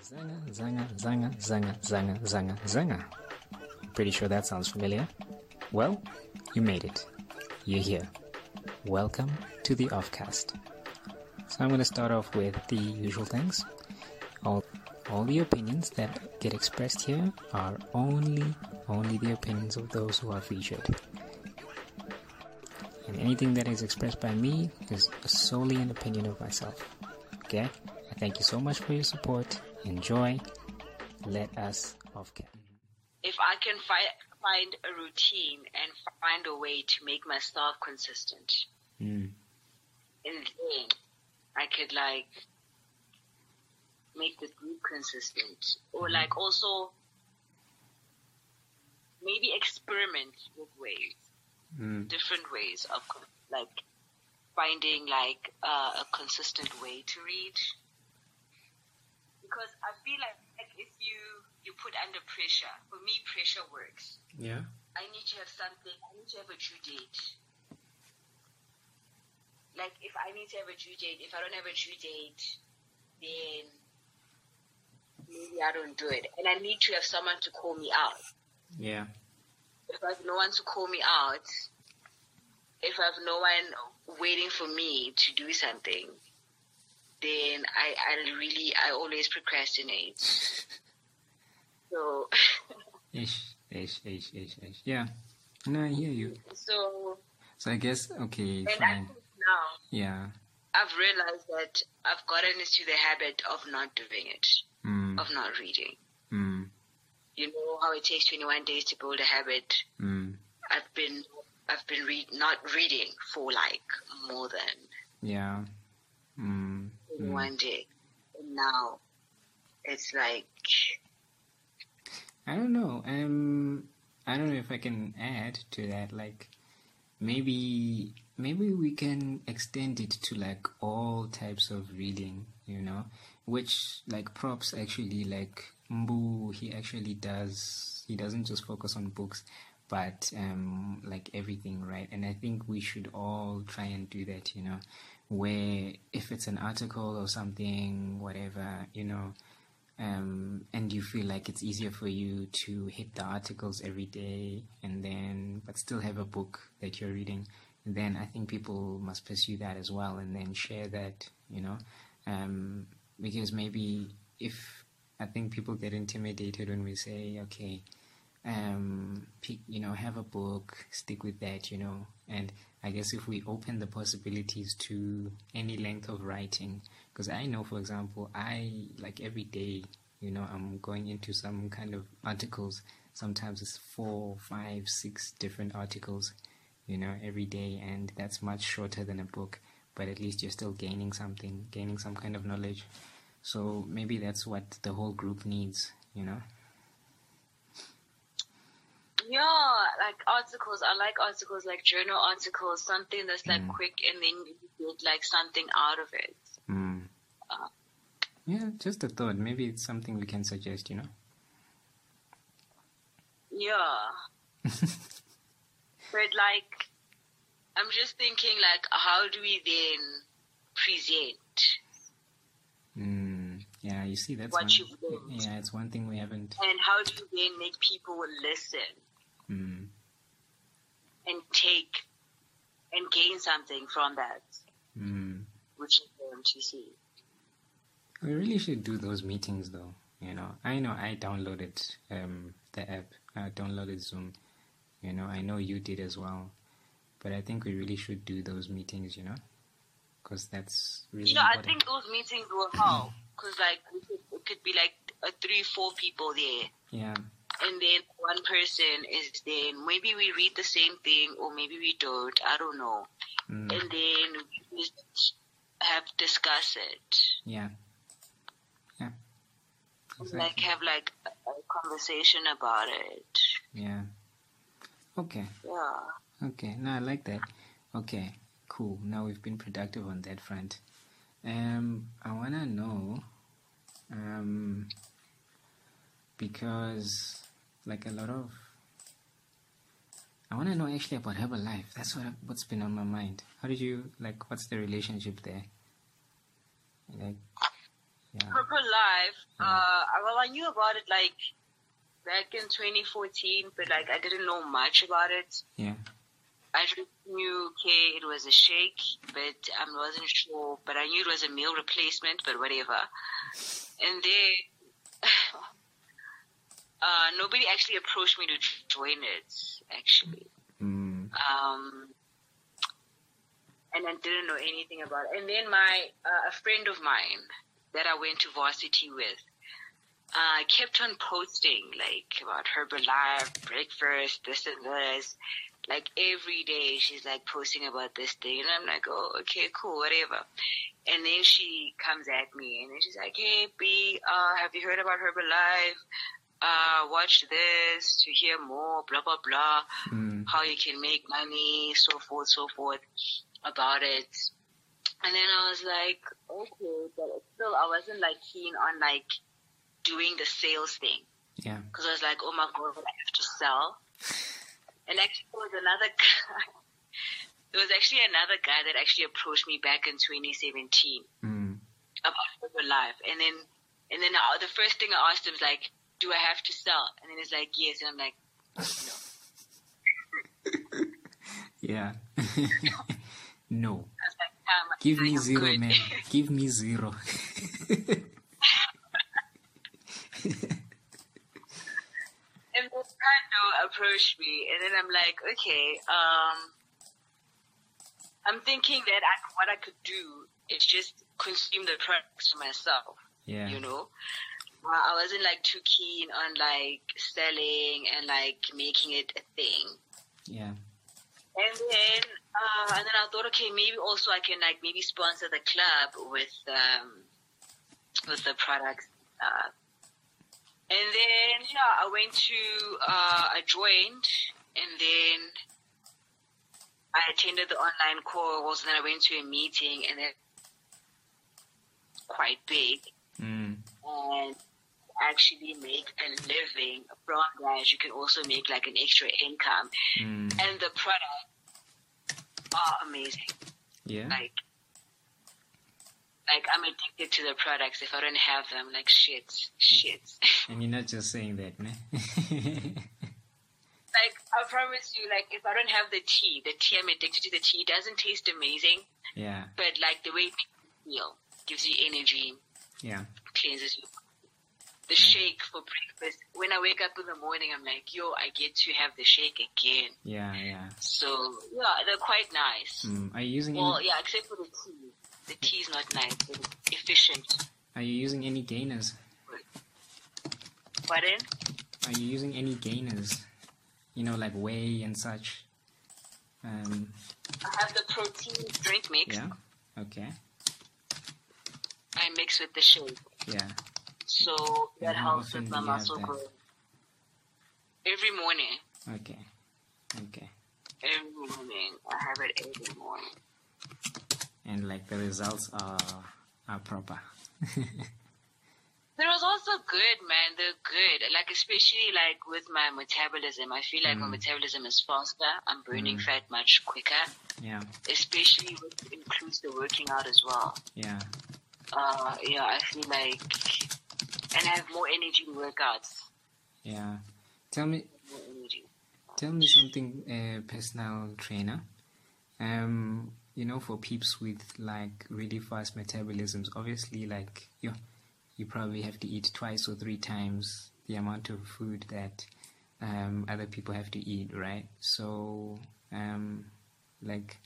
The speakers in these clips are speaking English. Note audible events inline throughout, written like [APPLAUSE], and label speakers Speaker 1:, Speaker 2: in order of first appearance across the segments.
Speaker 1: Zanga, zanga, zanga, zanga, zanga, zanga, zanga. Pretty sure that sounds familiar. Well, you made it. You're here. Welcome to the Offcast. So I'm going to start off with the usual things. All, all the opinions that get expressed here are only, only the opinions of those who are featured. And anything that is expressed by me is solely an opinion of myself. Okay? I thank you so much for your support. Enjoy. Let us off cam.
Speaker 2: if I can fi- find a routine and find a way to make myself consistent, and then I could like make the group consistent, or like also maybe experiment with ways, different ways of co- like finding like uh, a consistent way to read. Because I feel like, like if you you put under pressure, for me pressure works.
Speaker 3: Yeah.
Speaker 2: I need to have something. I need to have a due date. Like if I need to have a due date, if I don't have a due date, then maybe I don't do it. And I need to have someone to call me out.
Speaker 3: Yeah.
Speaker 2: If I have no one to call me out, if I have no one waiting for me to do something, then I, I really I always procrastinate. So
Speaker 3: [LAUGHS]
Speaker 2: [LAUGHS]
Speaker 3: Ish, ish, ish, ish, ish. Yeah. No, I hear you.
Speaker 2: so
Speaker 3: So I guess okay,
Speaker 2: and I
Speaker 3: fine.
Speaker 2: think now
Speaker 3: Yeah.
Speaker 2: I've realized that I've gotten into the habit of not doing it,
Speaker 3: Mm.
Speaker 2: of not reading.
Speaker 3: Mm.
Speaker 2: You know how it takes 21 days to build a habit.
Speaker 3: Mm.
Speaker 2: I've been I've been read not reading for like more than
Speaker 3: Yeah. Mm.
Speaker 2: 21 days. And now it's like
Speaker 3: I don't know. Um, I don't know if I can add to that. Like, maybe, maybe we can extend it to like all types of reading. You know, which like props actually like Mbu. He actually does. He doesn't just focus on books, but um, like everything, right? And I think we should all try and do that. You know, where if it's an article or something, whatever, you know um, and you feel like it's easier for you to hit the articles every day and then but still have a book that you're reading then i think people must pursue that as well and then share that you know um, because maybe if i think people get intimidated when we say okay um, pick, you know, have a book, stick with that, you know. And I guess if we open the possibilities to any length of writing, because I know, for example, I like every day, you know, I'm going into some kind of articles. Sometimes it's four, five, six different articles, you know, every day, and that's much shorter than a book. But at least you're still gaining something, gaining some kind of knowledge. So maybe that's what the whole group needs, you know.
Speaker 2: yeah, like articles. I like articles like journal articles, something that's like quick and then you get like something out of it.
Speaker 3: Mm. Yeah, just a thought. Maybe it's something we can suggest, you know?
Speaker 2: Yeah. but like, I'm just thinking like, how do we then present?
Speaker 3: Mm. Yeah, you see, that's
Speaker 2: What
Speaker 3: one,
Speaker 2: you've learned.
Speaker 3: yeah, it's one thing we haven't.
Speaker 2: And how do you then make people listen
Speaker 3: Mm.
Speaker 2: and take and gain something from that,
Speaker 3: Mm.
Speaker 2: which is the MTC?
Speaker 3: We really should do those meetings, though. You know, I know I downloaded um, the app. I downloaded Zoom. You know, I know you did as well. But I think we really should do those meetings, you know, because that's really.
Speaker 2: You know, I
Speaker 3: important.
Speaker 2: think those meetings will help because like we could, it could be like a three, four people there.
Speaker 3: Yeah.
Speaker 2: And then one person is then maybe we read the same thing or maybe we don't. I don't know.
Speaker 3: Mm.
Speaker 2: and then we just have discuss it,
Speaker 3: Yeah. Yeah.
Speaker 2: like have like a a conversation about it.
Speaker 3: Yeah. Okay.
Speaker 2: Yeah,
Speaker 3: Okay. No, I like that. Okay. Cool. Now we've been productive on that front. Um, I wanna know, um, because like a lot of, I wanna know actually about Herbalife. That's what what's been on my mind. How did you like? What's the relationship there? Like, Yeah.
Speaker 2: Purple Live, uh, I- well, I knew about it like back in 2014, but like I didn't know much about it.
Speaker 3: Yeah.
Speaker 2: I just knew, okay, it was a shake, but I wasn't sure. But I knew it was a meal replacement, but whatever. And then [LAUGHS] uh, nobody actually approached me to join it, actually.
Speaker 3: Mm.
Speaker 2: Um, and I didn't know anything about it. And then my uh, a friend of mine that I went to varsity with uh, kept on posting like about Herbalife, breakfast, this and this. Like every day, she's like posting about this thing, and I'm like, oh, okay, cool, whatever. And then she comes at me, and then she's like, hey, B, uh, have you heard about Herbalife? Uh, watch this to hear more, blah blah blah
Speaker 3: Mm.
Speaker 2: how you can make money, so forth, so forth, about it. And then I was like, okay, but still, I wasn't like keen on like doing the sales thing
Speaker 3: Yeah.
Speaker 2: because I was like, oh my god, I have to sell. And actually, there was another [LAUGHS] guy. there was actually another guy that actually approached me back in 2017
Speaker 3: Mm.
Speaker 2: about Herbalife. And then, and then I, the first thing I asked him was like, "Do I have to sell?" And then he's like, "Yes." And I'm like,
Speaker 3: Yeah. [LAUGHS] no.
Speaker 2: I was like "Um,
Speaker 3: Give
Speaker 2: I'm
Speaker 3: me zero,
Speaker 2: good." [LAUGHS]
Speaker 3: man. Give me zero.
Speaker 2: and then Kando approached me, and then I'm like, okay, um, I'm thinking that I, what I could do is just consume the products for myself,
Speaker 3: yeah.
Speaker 2: you know. Uh, I wasn't like too keen on like selling and like making it a thing.
Speaker 3: Yeah.
Speaker 2: And then, uh, and then I thought, okay, maybe also I can like maybe sponsor the club with um, with the products. Uh, and then, yeah, I went to uh, I joined, and then I attended the online course. And then I went to a meeting, and then quite big,
Speaker 3: Mm.
Speaker 2: and actually make a living from that. You can also make like an extra income
Speaker 3: Mm.
Speaker 2: and the products are amazing.
Speaker 3: Yeah.
Speaker 2: Like, like I'm addicted to the products. If I don't have them, like shit, shit. [LAUGHS]
Speaker 3: And you're not just saying that, man. [LAUGHS]
Speaker 2: like I promise you, like if I don't have the tea, the tea I'm addicted to. The tea It doesn't taste amazing,
Speaker 3: yeah.
Speaker 2: but like the way it makes you feel, gives you energy,
Speaker 3: Yeah.
Speaker 2: cleanses you. The shake for breakfast. When I wake up in the morning, I'm like, yo, I get to have the shake again.
Speaker 3: Yeah. Yeah.
Speaker 2: So yeah, they're quite nice.
Speaker 3: Mm. Are you using
Speaker 2: Well,
Speaker 3: any,
Speaker 2: yeah, except for the tea. The tea is not nice, but it's efficient.
Speaker 3: Are you using any gainers?
Speaker 2: But then,
Speaker 3: Are you using any gainers? You know, like whey and such. Um.
Speaker 2: I have the protein drink mix.
Speaker 3: Yeah. Okay.
Speaker 2: I mix with the shake,
Speaker 3: Yeah.
Speaker 2: so
Speaker 3: And
Speaker 2: that
Speaker 3: how
Speaker 2: helps
Speaker 3: often
Speaker 2: with my
Speaker 3: do you have
Speaker 2: muscle
Speaker 3: that?
Speaker 2: growth. Every morning,
Speaker 3: Okay. Okay.
Speaker 2: every morning, I have it every morning.
Speaker 3: And like the results are are proper. [LAUGHS]
Speaker 2: The results are good, man. They're good. Like especially like with my metabolism, I feel like
Speaker 3: Mm.
Speaker 2: my metabolism is faster. I'm burning fat much quicker,
Speaker 3: yeah.
Speaker 2: especially with includes the working out as well.
Speaker 3: Yeah.
Speaker 2: uh, yeah, I feel like, and I have more energy in workouts.
Speaker 3: Yeah. Tell me.
Speaker 2: More energy.
Speaker 3: Tell me something, uh, personal trainer. Um, you know, for peeps with like really fast metabolisms, obviously, like you, you probably have to eat twice or three times the amount of food that um, other people have to eat, right? So, um, like,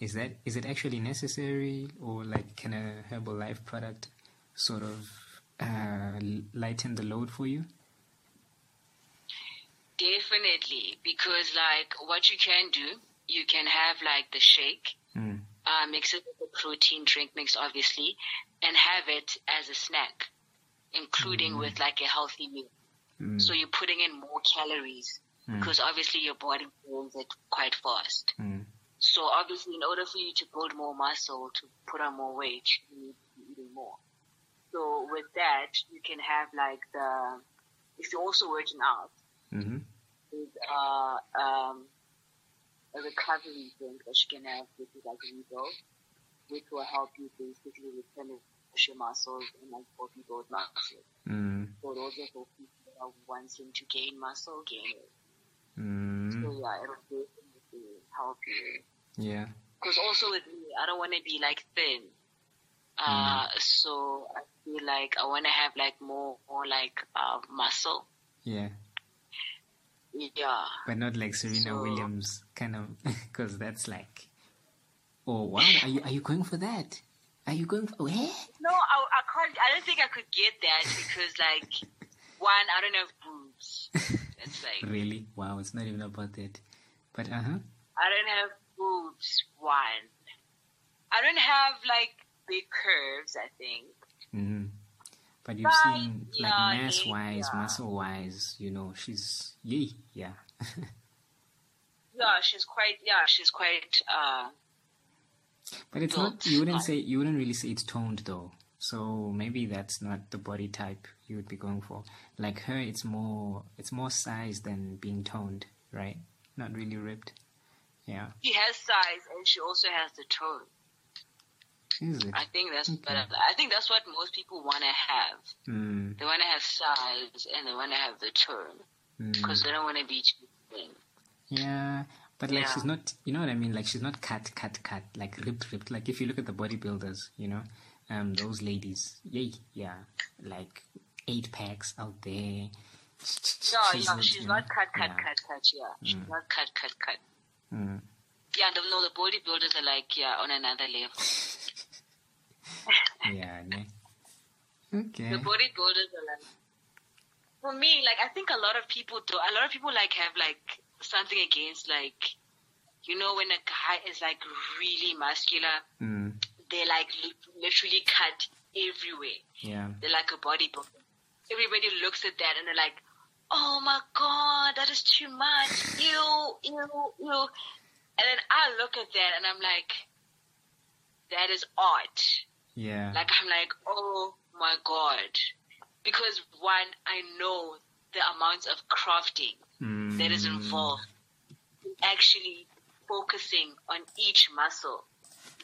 Speaker 3: is that is it actually necessary, or like, can a herbal life product sort of uh, l- lighten the load for you?
Speaker 2: Definitely, because like what you can do, you can have like the shake,
Speaker 3: Mm.
Speaker 2: uh, mix it with the protein drink mix, obviously, and have it as a snack, including with like a healthy meal.
Speaker 3: Mm.
Speaker 2: So you're putting in more calories
Speaker 3: Mm.
Speaker 2: because obviously your body burns it quite fast.
Speaker 3: Mm.
Speaker 2: So obviously, in order for you to build more muscle, to put on more weight, you need to be eating more. So with that, you can have like the if you're also working out
Speaker 3: Mm-hmm.
Speaker 2: with uh, um, a recovery drink that you can have, which is like Revo, which will help you basically replenish push your muscles and like body build muscle.
Speaker 3: Mm.
Speaker 2: So those are for people that are wanting to gain muscle, gain it. So
Speaker 3: Mm.
Speaker 2: yeah, it'll definitely help you.
Speaker 3: Yeah.
Speaker 2: Because also with me, I don't want to be like thin. Uh, so I feel like I want to have like more, more like uh, muscle.
Speaker 3: Yeah.
Speaker 2: Yeah.
Speaker 3: But not like Serena
Speaker 2: So-
Speaker 3: Williams kind of, [LAUGHS] because that's like, oh wow, are you are you going for that? Are you going for? Oh, eh?
Speaker 2: No, I, I can't. I don't think I could get that because, like, one, I don't have boobs. It's like
Speaker 3: Really? Wow, it's not even about that. But uh huh.
Speaker 2: I don't have boobs. One, I don't have like big curves. I think.
Speaker 3: hmm But you've
Speaker 2: Right,
Speaker 3: seen like
Speaker 2: yeah,
Speaker 3: mass wise,
Speaker 2: yeah.
Speaker 3: muscle wise, you know, she's yay, yeah.
Speaker 2: Yeah, she's quite. Yeah, she's quite. Uh,
Speaker 3: But it's
Speaker 2: Well,
Speaker 3: not. You wouldn't
Speaker 2: I-
Speaker 3: say. You wouldn't really say it's toned though. So maybe that's not the body type you would be going for. Like her, it's more. It's more size than being toned, right? Not really ripped. Yeah.
Speaker 2: she has size and she also has the tone.
Speaker 3: Is it?
Speaker 2: I think that's.
Speaker 3: Okay.
Speaker 2: But I think that's what most people want to have.
Speaker 3: Mm,
Speaker 2: They want to have size and they want to have the tone
Speaker 3: mm.
Speaker 2: because they don't want to be too thin.
Speaker 3: Yeah. But like
Speaker 2: Yeah.
Speaker 3: she's not. You know what I mean? Like she's not cut, cut, cut. Like ripped, ripped. Like if you look at the bodybuilders, you know, um, those ladies, yay, yeah, like eight packs out there.
Speaker 2: No, yeah,
Speaker 3: Chiseled,
Speaker 2: she's
Speaker 3: you
Speaker 2: not
Speaker 3: know?
Speaker 2: cut, cut,
Speaker 3: Yeah.
Speaker 2: cut, cut. Yeah, she's not cut, cut, cut.
Speaker 3: Mm.
Speaker 2: Yeah, the, no, the bodybuilders are like yeah on another level.
Speaker 3: yeah. ne? Okay.
Speaker 2: The bodybuilders are like for me, like I think a lot of people do. A lot of people like have like something against like you know when a guy is like really muscular,
Speaker 3: Mm,
Speaker 2: they like li- literally cut everywhere.
Speaker 3: yeah.
Speaker 2: They're like a bodybuilder. Everybody looks at that and they're like, "Oh my god, that is too much! Ew, ew, ew!" And then I look at that and I'm like, "That is art."
Speaker 3: Yeah.
Speaker 2: Like I'm like, oh my god, because one, I know the amount of crafting
Speaker 3: Mm,
Speaker 2: that is involved in actually focusing on each muscle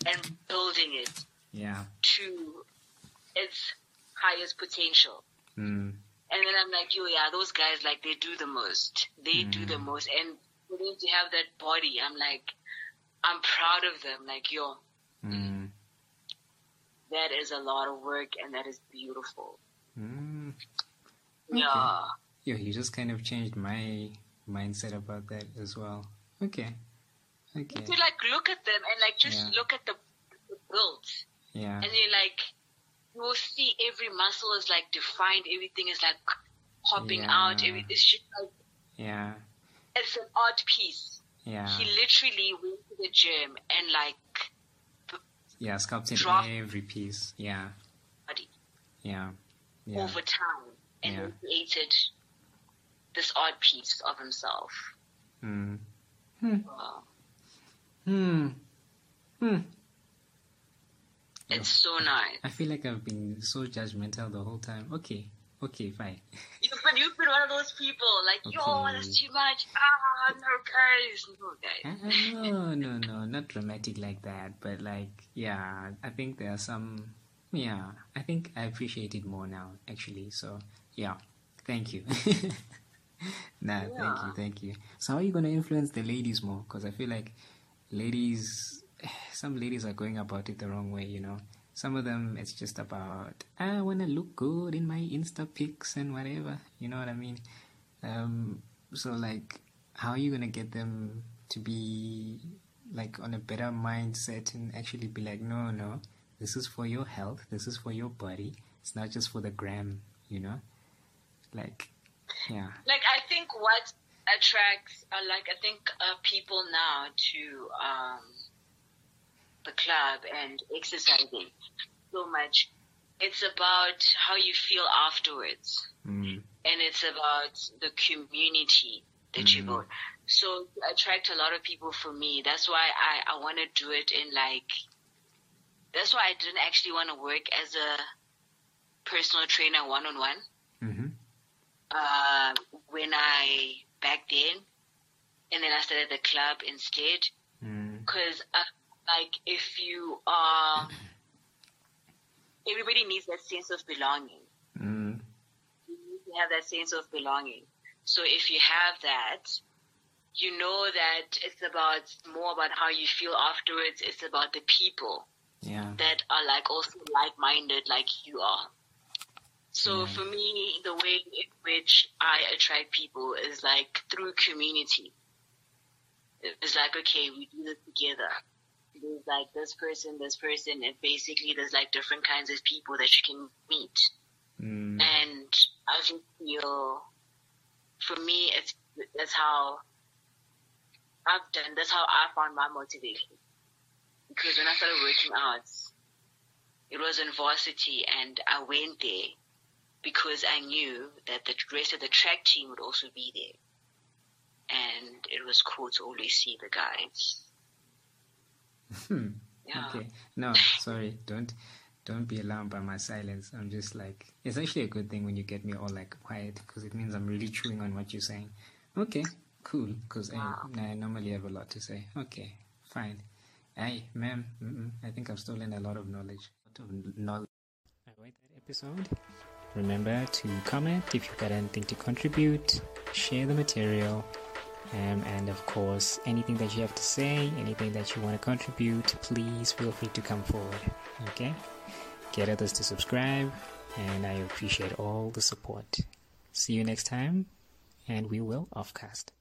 Speaker 2: and building it
Speaker 3: Yeah.
Speaker 2: to its highest potential.
Speaker 3: Mm,
Speaker 2: And then I'm like, yo, yeah, those guys like they do the most. They do the
Speaker 3: Mm.
Speaker 2: most, and for them to have that body, I'm like, I'm proud of them. Like, yo,
Speaker 3: mm,
Speaker 2: that is a lot of work, and that is beautiful.
Speaker 3: mm.
Speaker 2: Yeah.
Speaker 3: Yo, you just kind of changed my mindset about that as well. Okay. Okay.
Speaker 2: to like look at them and like just
Speaker 3: Yeah.
Speaker 2: look at the, the build
Speaker 3: Yeah.
Speaker 2: and you like you will see every muscle is like defined everything is like popping out
Speaker 3: Yeah.
Speaker 2: every, it's just like
Speaker 3: Yeah.
Speaker 2: it's an art piece
Speaker 3: Yeah.
Speaker 2: he literally went to the gym and like
Speaker 3: Yeah. Sculpted
Speaker 2: Drop-
Speaker 3: every piece. Yeah.
Speaker 2: body
Speaker 3: Yeah. Yeah.
Speaker 2: over time and
Speaker 3: Yeah.
Speaker 2: then created this art piece of himself
Speaker 3: Mm.
Speaker 2: Wow.
Speaker 3: Hmm. Hmm.
Speaker 2: it's so nice
Speaker 3: I feel like I've been so judgmental the whole time. Okay. Okay. Fine.
Speaker 2: you've been you've been one of those people like yo
Speaker 3: Okay.
Speaker 2: that's too much ah no guys no
Speaker 3: Uh,
Speaker 2: guys
Speaker 3: no, no, no, not dramatic like that. But like, yeah, I think there are some. Yeah, I think I appreciate it more now, actually. So yeah, thank you. [LAUGHS] nah, thank you,
Speaker 2: Yeah.
Speaker 3: thank you. So how are you gonna influence the ladies more? Because I feel like ladies, [SIGHS] some ladies are going about it the wrong way. You know, some of them it's just about I wanna look good in my Insta pics and whatever. You know what I mean? Um, so like, how are you gonna get them to be like on a better mindset and actually be like, no, no, this is for your health, this is for your body. It's not just for the gram, you know. Like, yeah,
Speaker 2: like I think what attracts uh, like I think uh, people now to um, the club and exercising so much. It's about how you feel afterwards,
Speaker 3: mm,
Speaker 2: and it's about the community that you
Speaker 3: Mhm.
Speaker 2: build. So to attract a lot of people for me. That's why I I want to do it in like. That's why I didn't actually want to work as a personal trainer one on one
Speaker 3: mm-hmm,
Speaker 2: uh, when I back then, and then I started the club instead.
Speaker 3: mm,
Speaker 2: Because uh, like if you are um, everybody needs that sense of belonging.
Speaker 3: Mm.
Speaker 2: You need to have that sense of belonging. So if you have that, you know that it's about more about how you feel afterwards. It's about the people
Speaker 3: Yeah.
Speaker 2: that are like also like minded like you are. So
Speaker 3: Yeah.
Speaker 2: for me, the way in which I attract people is like through community. It's like okay, we do this together. There's like this person, this person, and basically there's like different kinds of people that you can meet
Speaker 3: Mm.
Speaker 2: and I just feel for me it's that's how I've done that's how I found my motivation because when I started working out it was in varsity and I went there because I knew that the rest of the track team would also be there and it was cool to always see the guys
Speaker 3: Hmm.
Speaker 2: yeah
Speaker 3: Okay. No, sorry. Don't don't be alarmed by my silence. I'm just like it's actually a good thing when you get me all like quiet because it means I'm really chewing on what you're saying. Okay, cool. Because
Speaker 2: Wow.
Speaker 3: I, I normally have a lot to say. Okay, fine. Hey, ma'am. Mm-mm, I think I've stolen a lot of knowledge. A lot of knowledge.
Speaker 1: enjoyed that episode. Remember to comment if you've got anything to contribute, share the material, um, and of course, anything that you have to say, anything that you want to contribute, please feel free to come forward. Okay? Get others to subscribe, and I appreciate all the support. See you next time, and we will offcast.